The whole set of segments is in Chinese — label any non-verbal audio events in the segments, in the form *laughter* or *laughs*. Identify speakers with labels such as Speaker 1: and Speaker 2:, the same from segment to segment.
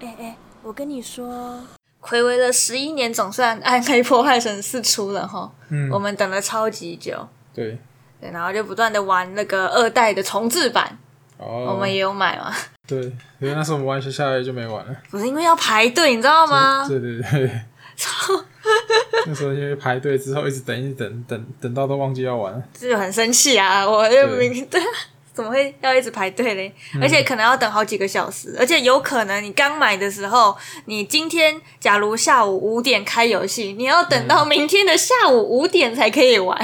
Speaker 1: 哎跟你说，
Speaker 2: 暌违了十一年，总算《暗黑破坏神四》出了哈，
Speaker 3: 嗯
Speaker 2: 我们等了超级久，
Speaker 3: 对，
Speaker 2: 对，然后就不断的玩那个二代的重置版，我
Speaker 3: 哦，
Speaker 2: 们也有买嘛，
Speaker 3: 对，因为那时候我们玩学下来就没玩了。
Speaker 2: 不是因为要排队，你知道吗？
Speaker 3: 对对对，那时候因为排队之后一直等，一直等，等等到都忘记要玩了。
Speaker 2: 这就很生气啊！我就
Speaker 3: 对嗯
Speaker 2: 明对啊， *laughs* 怎么会要一直排队嘞？而且可能要等好几个小时，而且有可能你刚买的时候，你今天假如下午五点开游戏，你要等
Speaker 3: 嗯
Speaker 2: 到明天的下午五点才可以玩。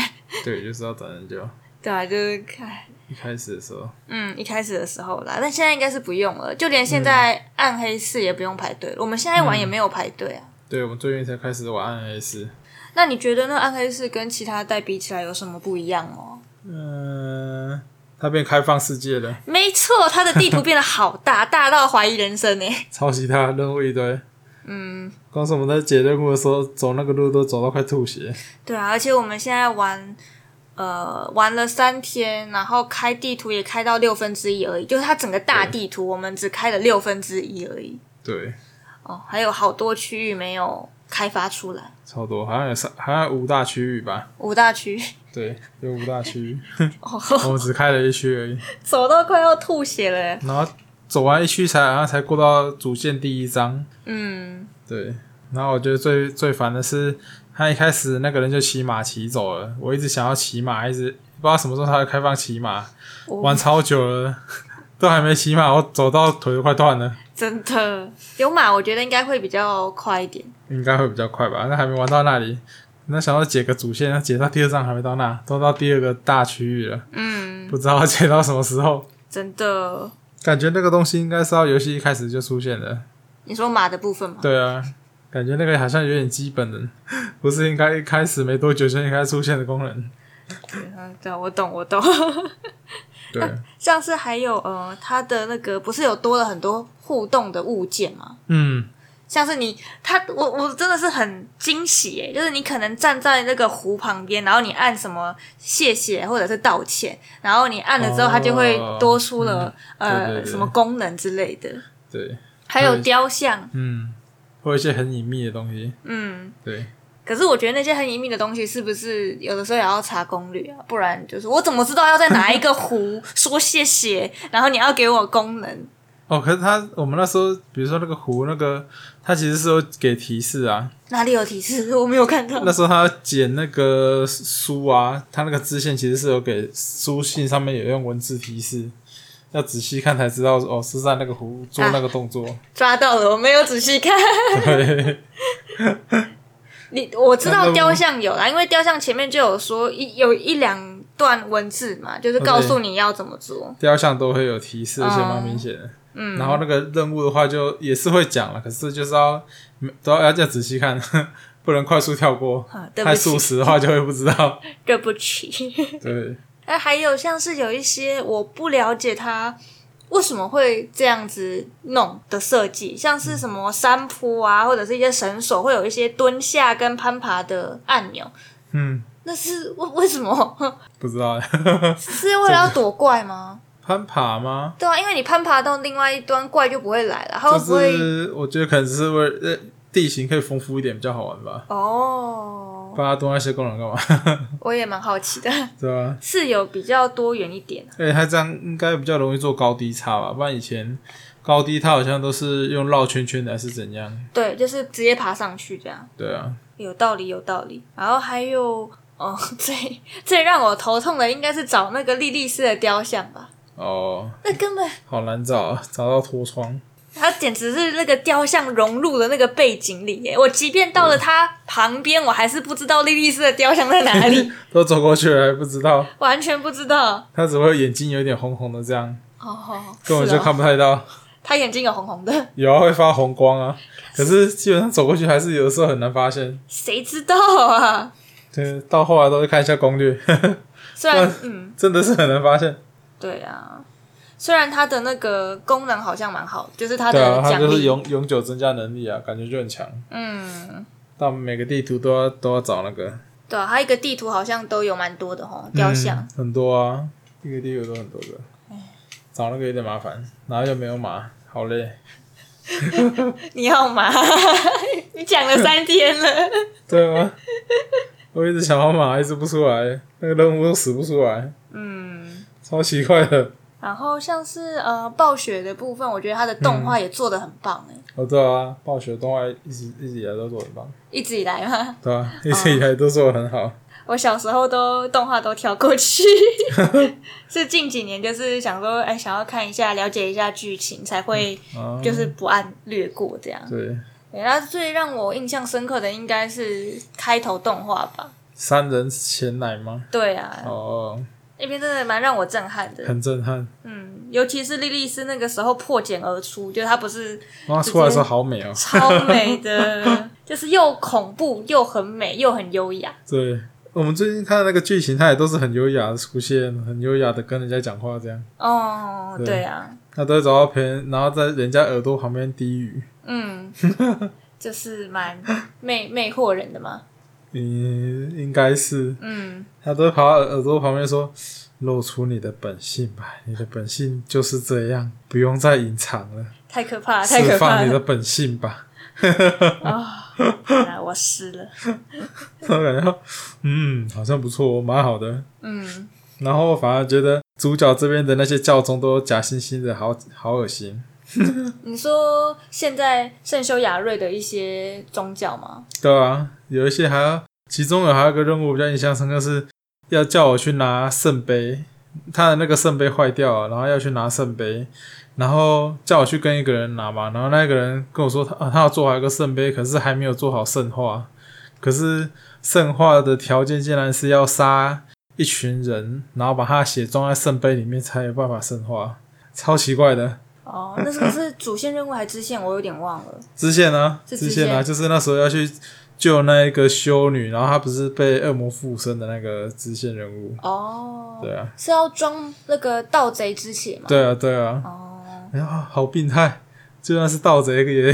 Speaker 3: 对，就是要等很久。
Speaker 2: 对啊，就是看，
Speaker 3: 一开始的时候，
Speaker 2: 嗯，一开始的时候啦，但现在应该是不用了，就连现在暗黑四也不用排队了。我们现在玩也没有排队啊。
Speaker 3: 对我们最近才开始玩暗黑四。
Speaker 2: 那你觉得那暗黑四跟其他代比起来有什么不一样哦？
Speaker 3: 嗯、它变开放世界了，
Speaker 2: 没错，它的地图变得好大， *laughs* 大到怀疑人生呢、欸
Speaker 3: 抄袭它任务一堆。嗯，光是我们在解任务的时候，走那个路都走到快吐血。
Speaker 2: 对啊，而且我们现在玩，呃，玩了三天，然后开地图也开到六分之一而已，就是它整个大地图我们只开了六分之一而已。
Speaker 3: 对，
Speaker 2: 哦，还有好多区域没有开发出来，
Speaker 3: 超多，好像有三，好像有五大区域吧？
Speaker 2: 五大区，
Speaker 3: 对，有五大区域，
Speaker 2: 哦， *laughs*
Speaker 3: 我们只开了一区而已。
Speaker 2: 走到快要吐血了欸耶。
Speaker 3: 然后走完一区才，然后才过到主线第一章。
Speaker 2: 嗯，
Speaker 3: 对，然后我觉得最最烦的是，他一开始那个人就骑马骑走了，我一直想要骑马，一直不知道什么时候他会开放骑马，玩超久了， *laughs* 都还没骑马，我走到腿都快断了，
Speaker 2: 真的有马，我觉得应该会比较快一点。
Speaker 3: 应该会比较快吧？那还没玩到那里，那想要解个主线，那解到第二章还没到那，都到第二个大区域了，
Speaker 2: 嗯，
Speaker 3: 不知道解到什么时候。
Speaker 2: 真的，
Speaker 3: 感觉那个东西应该是到游戏一开始就出现的，
Speaker 2: 你说马的部分吗？
Speaker 3: 对啊，感觉那个好像有点基本的，不是应该一开始没多久就应该出现的功能。
Speaker 2: 嗯，对啊，我懂，我懂。 *laughs*
Speaker 3: 对，
Speaker 2: 上次还有呃，它的那个不是有多了很多互动的物件吗？
Speaker 3: 嗯，
Speaker 2: 像是你，它我我真的是很惊喜耶！就是你可能站在那个湖旁边，然后你按什么谢谢或者是道歉，然后你按了之后，
Speaker 3: 哦嗯
Speaker 2: 它就会多出了、呃
Speaker 3: 对对对
Speaker 2: 什么功能之类的，
Speaker 3: 对，
Speaker 2: 还有雕像，
Speaker 3: 嗯，或有一些很隐秘的东西。
Speaker 2: 嗯。
Speaker 3: 对，
Speaker 2: 可是我觉得那些很隐秘的东西，是不是有的时候也要查攻略啊？不然就是我怎么知道要在哪一个湖说谢谢，然后你要给我功能？
Speaker 3: 哦，可是他我们那时候，比如说那个湖，那个他其实是有给提示啊。
Speaker 2: 哪里有提示？我没有看到。
Speaker 3: 那时候他要剪那个书啊，他那个支线其实是有给书信上面有用文字提示。要仔细看才知道哦，是在那个湖做那个动作。
Speaker 2: 抓到了，我没有仔细看。
Speaker 3: 对，
Speaker 2: 你我知
Speaker 3: 那
Speaker 2: 道
Speaker 3: 那
Speaker 2: 雕像有啦，因为雕像前面就有说一有一两段文字嘛，就是告诉你要怎么做。
Speaker 3: 雕像都会有提示，而且蛮明显的。
Speaker 2: 嗯，
Speaker 3: 然后那个任务的话，就也是会讲了，可是就是要都要要仔细看， *laughs* 不能快速跳过。
Speaker 2: 啊对不
Speaker 3: 太速
Speaker 2: 起，
Speaker 3: 食的话就会不知
Speaker 2: *laughs*
Speaker 3: 道。
Speaker 2: 对不起。
Speaker 3: 对，
Speaker 2: 那哎还有像是有一些我不了解它为什么会这样子弄的设计，像是什么山坡啊，或者是一些绳索，会有一些蹲下跟攀爬的按钮，
Speaker 3: 嗯，
Speaker 2: 那是为为什么？ *laughs*
Speaker 3: 不知道 *laughs*
Speaker 2: 是为了要躲怪吗？
Speaker 3: 攀爬吗？
Speaker 2: 对啊，因为你攀爬到另外一端，怪就不会来了，它会
Speaker 3: 就
Speaker 2: 不哦会？
Speaker 3: 是我觉得可能只是为了呃地形可以丰富一点比较好玩吧，
Speaker 2: 哦，
Speaker 3: 不然它多那些功能干嘛？ *laughs*
Speaker 2: 我也蛮好奇的， *laughs*
Speaker 3: 对吧？
Speaker 2: 是有比较多元一点啊。
Speaker 3: 而且它这样应该比较容易做高低差吧，不然以前高低它好像都是用绕圈圈的还是怎样？
Speaker 2: 对，就是直接爬上去这样，
Speaker 3: 对啊，
Speaker 2: 有道理，有道理。然后还有，哦， *laughs* 最最让我头痛的应该是找那个莉莉丝的雕像吧，
Speaker 3: 哦，
Speaker 2: 那根本
Speaker 3: 好难找啊，找到脱窗。
Speaker 2: 它简直是那个雕像融入了那个背景里耶。我即便到了它旁边，我还是不知道莉莉丝的雕像在哪里，
Speaker 3: *laughs*
Speaker 2: *laughs*
Speaker 3: 都走过去了还不知道，
Speaker 2: 完全不知道。
Speaker 3: 他只会眼睛有点红红的这样，
Speaker 2: 哦，
Speaker 3: 根本就是
Speaker 2: 哦，
Speaker 3: 看不太到。
Speaker 2: 他眼睛有红红的，
Speaker 3: 有啊，会发红光啊，可是基本上走过去还是有的时候很难发现。
Speaker 2: 谁知道啊？
Speaker 3: 对，到后来都会看一下攻略， *laughs*
Speaker 2: 虽然，嗯。
Speaker 3: 真的是很难发现。
Speaker 2: 对啊，虽然它的那个功能好像蛮好，就是它
Speaker 3: 对啊，
Speaker 2: 的
Speaker 3: 它
Speaker 2: 奖
Speaker 3: 就是
Speaker 2: 励，
Speaker 3: 永永久增加能力啊，感觉就很强。
Speaker 2: 嗯，
Speaker 3: 但每个地图都要都要找那个
Speaker 2: 对啊，它一个地图好像都有蛮多的吼，雕像
Speaker 3: 嗯，很多啊，一个地图都很多个，找那个有点麻烦，然后又没有马，好累。
Speaker 2: 你要吗？ *laughs* 你讲了三天了，
Speaker 3: *laughs* 对吗？我一直想要马，一直不出来，那个任务都死不出来，
Speaker 2: 嗯。
Speaker 3: 超奇怪的。
Speaker 2: 然后像是呃暴雪的部分，我觉得它的动画也做的很棒哎、
Speaker 3: 哦，对啊，暴雪动画一直一直以来都做得很棒，
Speaker 2: 一直以来嘛， *laughs*
Speaker 3: 对啊，一直以来都做得很好。
Speaker 2: 我小时候都动画都跳过 *laughs* 去，是近几年就是想说，哎，想要看一下了解一下剧情，才会
Speaker 3: 啊，
Speaker 2: 就是不按略过这样。
Speaker 3: 对，
Speaker 2: 对，然后最让我印象深刻的应该是开头动画吧。
Speaker 3: 三人前来吗？
Speaker 2: 对啊，
Speaker 3: 哦，
Speaker 2: 那边真的蛮让我震撼的。
Speaker 3: 很震撼。
Speaker 2: 嗯，尤其是莉莉丝那个时候破茧而出，就是她不是
Speaker 3: 哇，
Speaker 2: 接
Speaker 3: 出来的时候好美哦。
Speaker 2: 超美 *laughs* 的，就是又恐怖又很美又很优雅。
Speaker 3: 对，我们最近看的那个剧情，它也都是很优雅的出现，很优雅的跟人家讲话这样。
Speaker 2: 哦，
Speaker 3: 对
Speaker 2: 对啊，
Speaker 3: 他都会找到别人，然后在人家耳朵旁边低语。
Speaker 2: 嗯，就是 *laughs* 蛮魅魅惑人的嘛。
Speaker 3: 嗯，应该是
Speaker 2: 嗯，
Speaker 3: 他都会跑到耳耳朵旁边说：“露出你的本性吧，你的本性就是这样，不用再隐藏了，
Speaker 2: 太可怕了，啊太
Speaker 3: 释
Speaker 2: 可怕
Speaker 3: 放你的
Speaker 2: 了
Speaker 3: 本性吧。 *laughs*
Speaker 2: 啊！ *laughs* 本来我湿了。”
Speaker 3: 我感觉，嗯，好像不错，蛮好的。
Speaker 2: 嗯，
Speaker 3: 然后反而觉得主角这边的那些教宗都假惺惺的，好好恶心。
Speaker 2: 你说现在圣修雅瑞的一些宗教吗？
Speaker 3: 对啊，有一些还要，其中有还有一个任务比较印象深刻是，要叫我去拿圣杯，他的那个圣杯坏掉了，然后要去拿圣杯，然后叫我去跟一个人拿嘛，然后那个人跟我说他、啊、他要做好一个圣杯，可是还没有做好圣化，可是圣化的条件竟然是要杀一群人，然后把他的血装在圣杯里面才有办法圣化，超奇怪的。
Speaker 2: 哦，那是不是主线任务还支线？我有点忘 *laughs* 了。
Speaker 3: 支线啊，
Speaker 2: 是
Speaker 3: 支
Speaker 2: 支
Speaker 3: 线啊，
Speaker 2: 线
Speaker 3: 就是那时候要去救那一个修女，然后她不是被恶魔附身的那个支线人物。
Speaker 2: 哦，
Speaker 3: 对啊，
Speaker 2: 是要装那个盗贼之血吗？
Speaker 3: 对啊，对啊，
Speaker 2: 哦，
Speaker 3: 哎呀，好病态！就算是盗贼也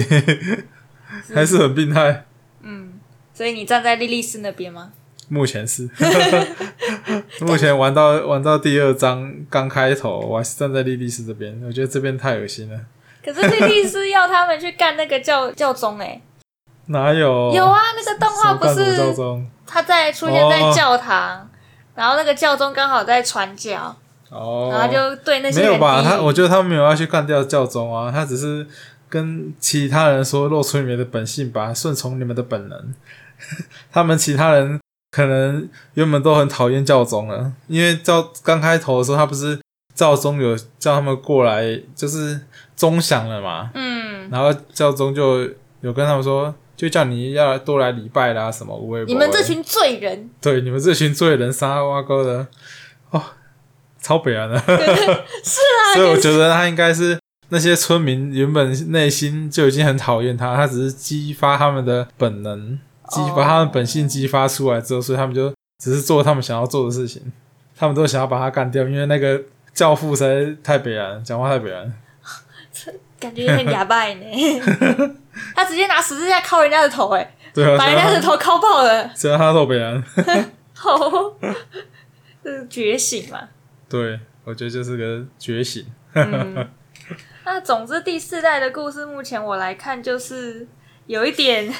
Speaker 3: *laughs* 还是很病态。
Speaker 2: 嗯，所以你站在莉莉丝那边吗？
Speaker 3: 目前
Speaker 2: *laughs*
Speaker 3: 是，目前玩到玩到第二章刚开头，我还是站在莉莉丝这边，我觉得这边太恶心了。
Speaker 2: 可是莉莉丝要他们去干那个教教宗哎、
Speaker 3: 哪有？
Speaker 2: 有啊，那个动
Speaker 3: 什
Speaker 2: 画
Speaker 3: 么
Speaker 2: 不
Speaker 3: 干什么教
Speaker 2: 是
Speaker 3: 宗？
Speaker 2: 他在出现
Speaker 3: 哦
Speaker 2: 在教堂，然后那个教宗刚好在传教，
Speaker 3: 哦，
Speaker 2: 然后就对那些
Speaker 3: 没
Speaker 2: 人
Speaker 3: 有吧？
Speaker 2: 低语
Speaker 3: 他我觉得他没有要去干掉教宗啊，他只是跟其他人说露出你们的本性吧，顺从你们的本能。 *laughs* 他们其他人可能原本都很讨厌教宗了，因为教刚开头的时候，他不是教宗有叫他们过来，就是钟响了嘛，
Speaker 2: 嗯，
Speaker 3: 然后教宗就有跟他们说，就叫你要多来礼拜啦，什么无为。
Speaker 2: 你们这群罪人，
Speaker 3: 对你们这群罪人杀挖沟的，哦，超北岸
Speaker 2: *laughs*
Speaker 3: 的。
Speaker 2: 是啊，
Speaker 3: *laughs* 所以我
Speaker 2: 就是
Speaker 3: 觉得他应该是那些村民原本内心就已经很讨厌他，他只是激发他们的本能，激
Speaker 2: 哦
Speaker 3: 发他们本性激发出来之后，所以他们就只是做他们想要做的事情，他们都想要把他干掉，因为那个教父实在是太北然，讲话太北然。
Speaker 2: 感觉有点哑巴
Speaker 3: *laughs*
Speaker 2: 呢。他直接拿十字架敲人家的头、哎，
Speaker 3: 对啊，
Speaker 2: 把
Speaker 3: 只
Speaker 2: 人家
Speaker 3: 要
Speaker 2: 的
Speaker 3: 他
Speaker 2: 头敲爆了，
Speaker 3: 只要他斗北然，
Speaker 2: 好，这是觉醒嘛。
Speaker 3: 对我觉得就是个觉醒。
Speaker 2: 嗯，那总之第四代的故事，目前我来看就是有一点，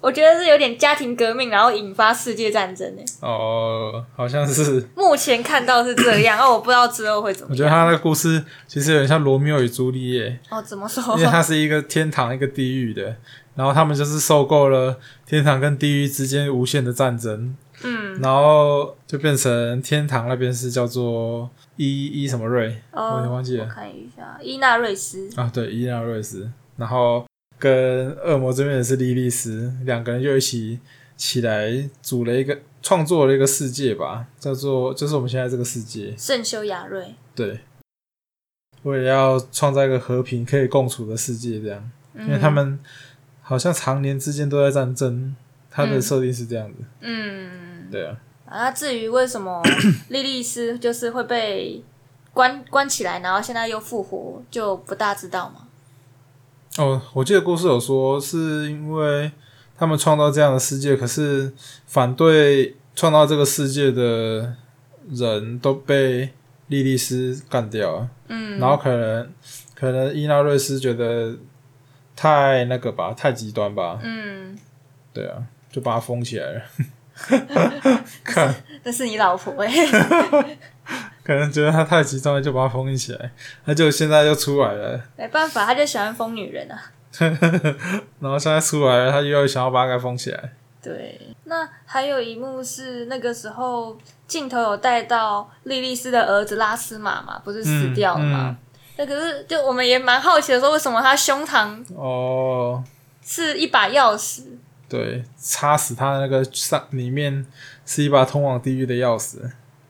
Speaker 2: 我觉得是有点家庭革命，然后引发世界战争诶。
Speaker 3: 哦，好像是，
Speaker 2: 目前看到是这样，哦，我不知道之后会怎
Speaker 3: 我
Speaker 2: 么
Speaker 3: 觉得
Speaker 2: 样。
Speaker 3: 他那个故事其实有点像罗密欧与朱丽叶，
Speaker 2: 哦，怎么说？
Speaker 3: *laughs* 因为它是一个天堂一个地狱的，然后他们就是受够了天堂跟地狱之间无限的战争，
Speaker 2: 嗯，
Speaker 3: 然后就变成天堂那边是叫做伊伊什么瑞我
Speaker 2: 哦
Speaker 3: 有点忘记了
Speaker 2: 我看一下，伊纳瑞斯。
Speaker 3: 啊，对，伊纳瑞斯，然后跟恶魔这边也是莉莉丝，两个人就一起起来组了一个创作了一个世界吧，叫做就是我们现在这个世界，
Speaker 2: 圣修雅瑞，
Speaker 3: 对，为了要创造一个和平可以共处的世界这样。
Speaker 2: 嗯
Speaker 3: 因为他们好像常年之间都在战争，它的
Speaker 2: 嗯
Speaker 3: 设定是这样子。
Speaker 2: 嗯，嗯
Speaker 3: 对啊，
Speaker 2: 啊，至于为什
Speaker 3: *coughs*
Speaker 2: 么莉莉丝就是会被关关起来，然后现在又复活，就不大知道嘛。
Speaker 3: 哦，我记得故事有说，是因为他们创造这样的世界，可是反对创造这个世界的人都被莉莉丝干掉了，
Speaker 2: 嗯，
Speaker 3: 然后可能可能伊纳瑞斯觉得太那个吧，太极端吧？
Speaker 2: 嗯，
Speaker 3: 对啊，就把它封起来了。看，
Speaker 2: 那是你老婆哎、欸，
Speaker 3: 可能觉得它太极端了，就把它封印起来，那就现在就出来了。
Speaker 2: 没办法，他就喜欢疯女人啊。
Speaker 3: 然后现在出来了，他又想要把它给封起来。
Speaker 2: 对，那还有一幕是那个时候镜头有带到莉莉丝的儿子拉斯玛嘛，不是
Speaker 3: 嗯
Speaker 2: 死掉了吗？那、可是就我们也蛮好奇的说，为什么他胸膛
Speaker 3: 哦，
Speaker 2: 是一把钥匙？
Speaker 3: *laughs* 对，插死他的那个上里面是一把通往地狱的钥匙，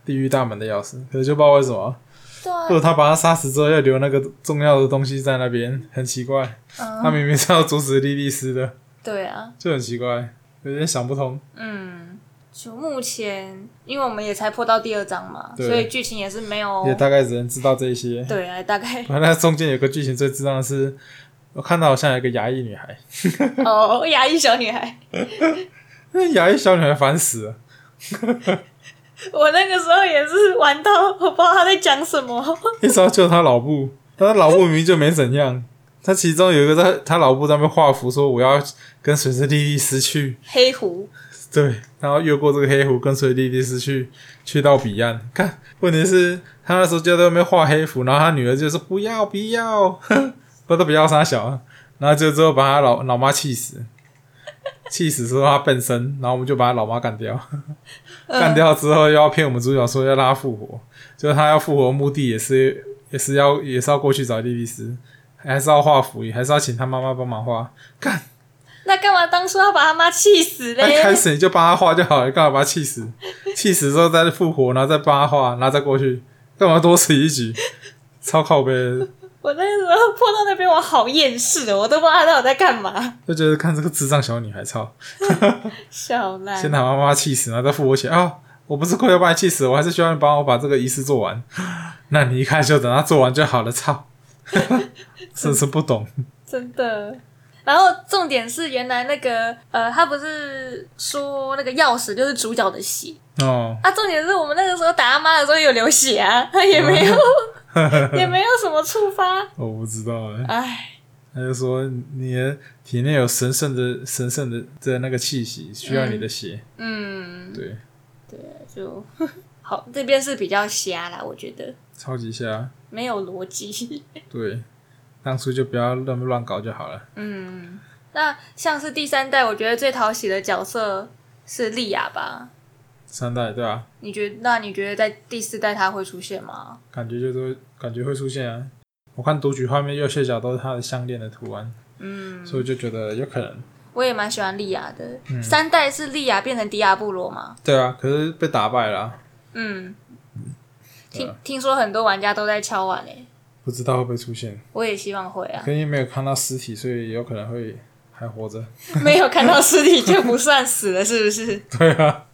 Speaker 3: 地狱大门的钥匙。可是就不知道为什么，
Speaker 2: 对啊
Speaker 3: 如，果他把他杀死之后，要留那个重要的东西在那边，很奇怪。他明明是要阻止莉莉丝的，
Speaker 2: 对啊，
Speaker 3: 就很奇怪，有点想不通。
Speaker 2: 嗯，就目前因为我们也才破到第二章嘛，
Speaker 3: 对
Speaker 2: 所以剧情也是没有
Speaker 3: 也大概只能知道这些。
Speaker 2: 哦对啊，大概
Speaker 3: 然后那中间有个剧情最智障的是，我看到好像有一个牙医女孩，
Speaker 2: 哦，牙医小女孩，
Speaker 3: 那牙医小女孩烦死了。
Speaker 2: 我那个时候也是玩到我不知道她在讲什么，
Speaker 3: 一直要救她老布，但是老布明明就没怎样。他其中有一个在他老布在那边画符，说我要跟随着莉莉丝去，
Speaker 2: 黑狐，
Speaker 3: 对，然后越过这个黑湖，跟随莉莉丝去去到彼岸。看，问题是他那时候就在外面画黑符，然后他女儿就说不要不要， *laughs* 不都不要杀小啊，然后就最后把他老老妈气死，气死之后他变身，然后我们就把他老妈干掉，干掉之后又要骗我们主角说要让他复活，就是他要复活的目的也是也是要也是要过去找莉莉丝，还是要画符，还是要请他妈妈帮忙画，干。
Speaker 2: 那干嘛当初要把他妈气死
Speaker 3: 他一
Speaker 2: 嘞？
Speaker 3: 开始你就帮他画就好了，干嘛把他气死？气死之后再复活，然后再帮他画，然后再过去，干嘛多此一举？超靠背的，
Speaker 2: 我那个时候破到那边，我好厌世哦，我都不知道他到底在干嘛，
Speaker 3: 就觉得看这个智障小女孩，操！
Speaker 2: 小赖
Speaker 3: 先。把妈妈气死，然后再复活起来啊！我不是快要把你气死了，我还是希望你帮我把这个仪式做完。 *laughs* 那你一开始就等他做完就好了，操！真是不懂，
Speaker 2: 真的。然后重点是，原来那个呃，他不是说那个钥匙就是主角的血
Speaker 3: 哦，
Speaker 2: 啊？重点是我们那个时候打他妈的时候有流血啊， *laughs* 他也没有也没有什么触发。
Speaker 3: 我不知道哎。
Speaker 2: 唉，
Speaker 3: 他就说你的体内有神圣的神圣的的那个气息，需要你的血。
Speaker 2: 嗯，
Speaker 3: 对，
Speaker 2: 就 *laughs* 好，这边是比较瞎啦，我觉得
Speaker 3: 超级瞎。
Speaker 2: 没有逻辑。 *laughs*
Speaker 3: 对，当初就不要乱乱搞就好了。
Speaker 2: 嗯，那像是第三代，我觉得最讨喜的角色是莉亚吧？
Speaker 3: 三代对吧、
Speaker 2: 你觉那你觉得在第四代他会出现吗？
Speaker 3: 感觉就都感觉会出现啊。我看读取画面右下角都是他的项链的图案，
Speaker 2: 嗯，
Speaker 3: 所以就觉得有可能。
Speaker 2: 我也蛮喜欢莉亚的。三代是莉亚变成迪亚布罗嘛？
Speaker 3: 对啊，可是被打败了啊、
Speaker 2: 嗯，
Speaker 3: 对
Speaker 2: 听
Speaker 3: 啊
Speaker 2: 听说很多玩家都在敲碗诶、
Speaker 3: 不知道会不会出现。
Speaker 2: 我也希望会啊。
Speaker 3: 可因为没有看到尸体，所以有可能会还活着。
Speaker 2: 没有看到尸体就不算死了，是不是？
Speaker 3: 对啊，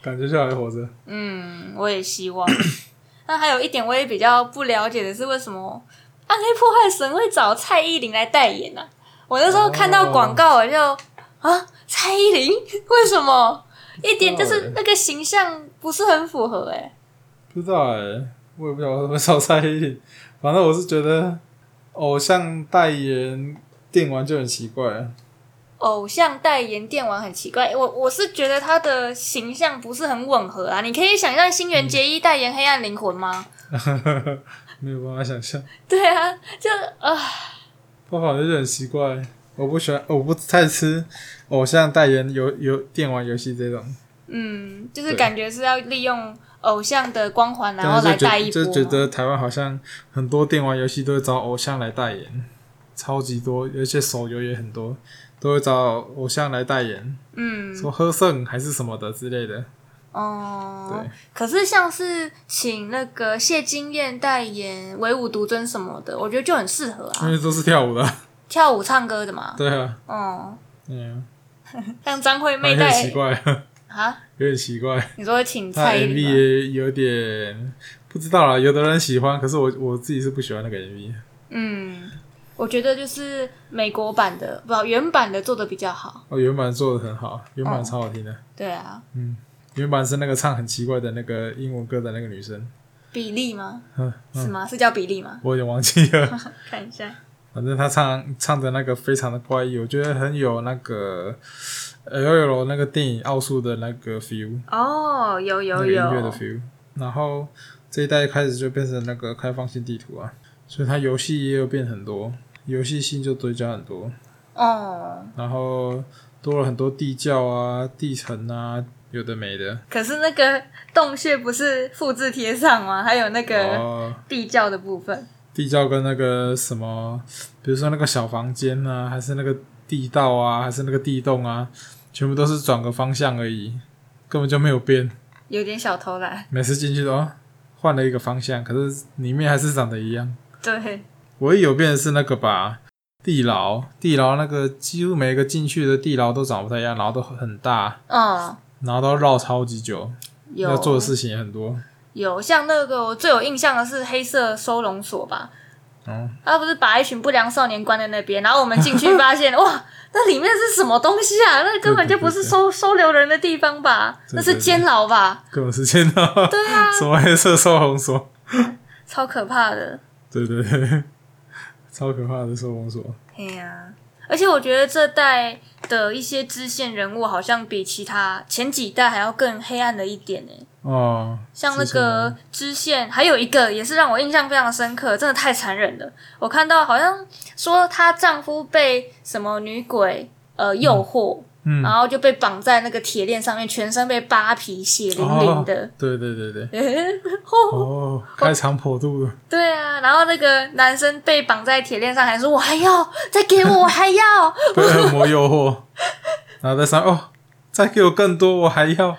Speaker 3: 感觉就还活着。
Speaker 2: 嗯，我也希望。 *coughs* 那还有一点我也比较不了解的是，为什么《暗黑破坏神》会找蔡依林来代言呢、啊？我那时候看到广告，我就、啊，蔡依林为什么？一点就是那个形象不是很符合诶、
Speaker 3: 不知道哎、我也不知道为什么蔡依林。反正我是觉得偶像代言电玩就很奇怪啊。 *laughs*
Speaker 2: 偶像代言电玩很奇怪，我我是觉得他的形象不是很吻合啊。你可以想象新垣结衣代言黑暗灵魂吗？
Speaker 3: 没有办法想象。
Speaker 2: 对啊，就啊、
Speaker 3: 泡泡就是很奇怪，我不喜欢，我不太吃偶像代言游游电玩游戏这种，
Speaker 2: 嗯，就是
Speaker 3: 对
Speaker 2: 感觉是要利用偶像的光环，然后
Speaker 3: 但
Speaker 2: 来
Speaker 3: 是就
Speaker 2: 带
Speaker 3: 觉
Speaker 2: 一
Speaker 3: 就觉
Speaker 2: 波嘛。
Speaker 3: 得台湾好像很多电玩游戏都会找偶像来代言，超级多，有一些手游也很多都会找偶像来代言，
Speaker 2: 嗯，
Speaker 3: 说喝剩还是什么的之类的，
Speaker 2: 哦
Speaker 3: 对，
Speaker 2: 可是像是请那个谢金燕代言唯舞独尊什么的，我觉得就很适合
Speaker 3: 因
Speaker 2: 啊，
Speaker 3: 为都是跳舞的， *laughs*
Speaker 2: 跳舞唱歌的嘛。
Speaker 3: 嗯对啊，
Speaker 2: 哦，
Speaker 3: 嗯，
Speaker 2: 像张惠
Speaker 3: 有
Speaker 2: 妹代
Speaker 3: 点奇
Speaker 2: 言
Speaker 3: 怪， *laughs*
Speaker 2: 啊，
Speaker 3: 有点奇怪。
Speaker 2: 你说请
Speaker 3: 他
Speaker 2: 蔡依
Speaker 3: MV
Speaker 2: 林吗？
Speaker 3: 也有点不知道啦，有的人喜欢，可是我我自己是不喜欢那个 MV。
Speaker 2: 嗯，我觉得就是美国版的，不原版的做的比较好。
Speaker 3: 哦，原版做的很好，原
Speaker 2: 哦
Speaker 3: 版超好听的。
Speaker 2: 对啊，
Speaker 3: 嗯，原版是那个唱很奇怪的那个英文歌的那个女生，
Speaker 2: 比例吗？
Speaker 3: 嗯，
Speaker 2: 是吗？是叫比例吗？ *laughs*
Speaker 3: 我有点忘记了。
Speaker 2: 看一下，
Speaker 3: 反正他唱唱的那个非常的怪异，我觉得很有那个 L L 那个电影奥数的那个 feel，
Speaker 2: 哦，有
Speaker 3: 那
Speaker 2: 有
Speaker 3: 个音乐的
Speaker 2: 有，
Speaker 3: feel。然后这一代开始就变成那个开放性地图啊，所以它游戏也有变很多，游戏性就追加很多。
Speaker 2: 哦，
Speaker 3: 然后多了很多地窖啊、地层啊，有的没的。
Speaker 2: 可是那个洞穴不是复制贴上吗？还有那个
Speaker 3: 哦，
Speaker 2: 地窖的部分，
Speaker 3: 地窖跟那个什么，比如说那个小房间啊，还是那个地道啊，还是那个地洞啊，全部都是转个方向而已，根本就没有变。
Speaker 2: 有点小偷懒。
Speaker 3: 每次进去都哦换了一个方向，可是里面还是长得一样。
Speaker 2: 对，
Speaker 3: 唯一有变的是那个吧，地牢，地牢那个几乎每一个进去的地牢都长不太一样，然后都很大，
Speaker 2: 嗯，
Speaker 3: 然后都绕超级久，
Speaker 2: 有
Speaker 3: 要做的事情也很多。
Speaker 2: 有，像那个我最有印象的是黑色收容所吧，
Speaker 3: 哦，
Speaker 2: 他不是把一群不良少年关在那边，然后我们进去发
Speaker 3: *laughs*
Speaker 2: 现，哇，那里面是什么东西啊？那根本就不是收收留人的地方吧？
Speaker 3: 对
Speaker 2: 那是监牢吧？
Speaker 3: 各种时间到，
Speaker 2: 对啊，
Speaker 3: *laughs* 什么黑色收容所，
Speaker 2: 超可怕的。
Speaker 3: 对对对，超可怕的收容所。
Speaker 2: 哎呀、而且我觉得这代的一些支线人物好像比其他前几代还要更黑暗了一点呢。
Speaker 3: 哦，
Speaker 2: 像那
Speaker 3: 是什么
Speaker 2: 个支线，还有一个也是让我印象非常深刻，真的太残忍了。我看到好像说她丈夫被什么女鬼呃诱惑，
Speaker 3: 嗯
Speaker 2: 然后就被绑在那个铁链上面，全身被扒皮，血淋淋的。
Speaker 3: 对对对对，
Speaker 2: 哦，
Speaker 3: 哦，开肠破肚 *laughs* 的，
Speaker 2: *laughs* 对啊，然后那个男生被绑在铁链上，还说我还要再给我，我还要。 *laughs*
Speaker 3: 被恶魔诱惑，然后在上哦，再给我更多，我还要，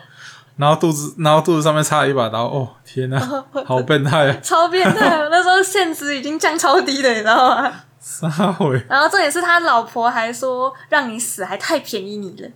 Speaker 3: 然后肚子，然后肚子上面插了一把刀，哦，
Speaker 2: *laughs*
Speaker 3: 天哪、好变态啊，
Speaker 2: 超变态！我那时候现值已经降超低了，你知道吗？
Speaker 3: 撒回。
Speaker 2: 然后重点是他老婆还说让你死还太便宜你了，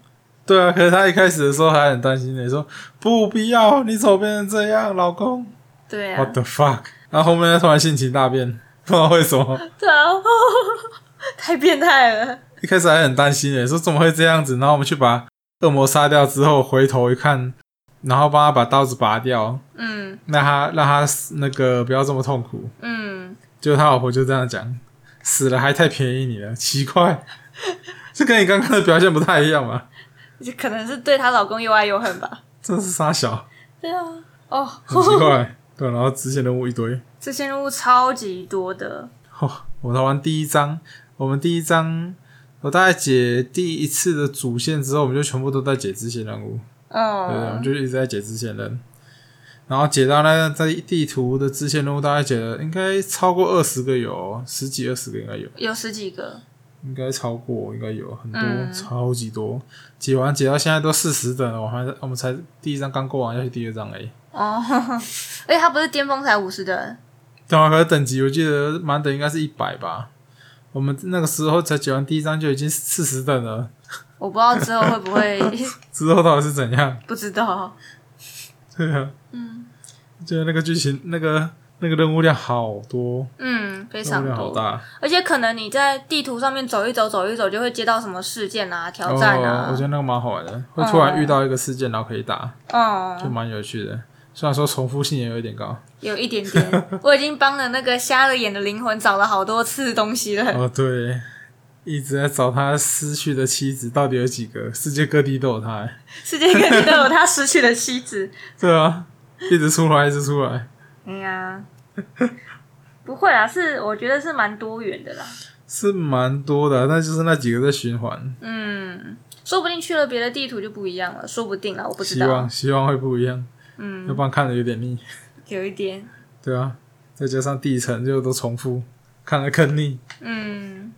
Speaker 3: 对啊，可是他一开始的时候还很担心的，说不必要，你怎么变成这样，老公？
Speaker 2: 对啊
Speaker 3: What，the fuck？然后后面他突然性情大变，不知道为什么，
Speaker 2: 对啊， *laughs* 太变态了，
Speaker 3: 一开始还很担心诶，欸说怎么会这样子？然后我们去把恶魔杀掉之后，回头一看，然后帮他把刀子拔掉，
Speaker 2: 嗯
Speaker 3: 让他让他死那个不要这么痛苦。
Speaker 2: 嗯，
Speaker 3: 结果他老婆就这样讲，死了还太便宜你了，奇怪， *laughs* 这跟你刚刚的表现不太一样嘛？
Speaker 2: 就可能是对她老公又爱又恨吧，
Speaker 3: 真是傻小，
Speaker 2: 对啊，哦，
Speaker 3: 很奇怪。对，然后支线任务一堆。
Speaker 2: *laughs* 这些任务超级多的，
Speaker 3: 哦，我才玩第一章，我们第一章，我大概解第一次的主线之后，我们就全部都在解支线任务，对，我们
Speaker 2: 嗯，
Speaker 3: 就一直在解支线任务，然后解到那个在地图的支线任务，大概解了应该超过二十个有哦，十几二十个应该有，
Speaker 2: 有十几个，
Speaker 3: 应该超过，应该有很多，
Speaker 2: 嗯
Speaker 3: 超级多，解完解到现在都四十等了，我还在我们才第一章刚过完，要去第二章而已。
Speaker 2: 哦， *laughs* 而且他不是巅峰才五十的，
Speaker 3: 对啊，可是等级我记得满等应该是一百吧，我们那个时候才解完第一章就已经四十等了。
Speaker 2: 我不知道之后会不 *laughs* 会，
Speaker 3: 之后到底是怎样？
Speaker 2: 不知道，
Speaker 3: 对啊，
Speaker 2: 嗯
Speaker 3: *laughs* 就是那个剧情，那个那个任务量好多，
Speaker 2: 嗯，非
Speaker 3: 任务
Speaker 2: 常
Speaker 3: 量
Speaker 2: 多
Speaker 3: 好。大。
Speaker 2: 而且可能你在地图上面走一走、走一走，就会接到什么事件啊、挑战
Speaker 3: 哦，我
Speaker 2: 啊
Speaker 3: 觉。得那个蛮好玩的，会突然遇到一个事件，然后可以打，就
Speaker 2: 嗯，
Speaker 3: 蛮有趣的。虽然说重复性也有一点高。
Speaker 2: 有一点点。我已经帮了那个瞎了眼的灵魂找了好多次东西了。
Speaker 3: 哦，对，一直在找他失去的妻子到底有几个，世界各地都有他。欸
Speaker 2: 世界各地都有他失去的妻
Speaker 3: *laughs*
Speaker 2: 子。
Speaker 3: 对啊，一直出来，一直出来。
Speaker 2: 哎呀，不会啊，是我觉得是蛮多元的啦。
Speaker 3: 是蛮多的，啊但就是那几个在循环，
Speaker 2: 嗯，说不定去了别的地图就不一样了，说不定啦，我不知
Speaker 3: 希
Speaker 2: 道
Speaker 3: 望。希望会不一样，要
Speaker 2: 嗯，
Speaker 3: 不然看着有点腻。
Speaker 2: 有一点。
Speaker 3: 对啊，再加上地层就都重复，看了更腻。
Speaker 2: 嗯，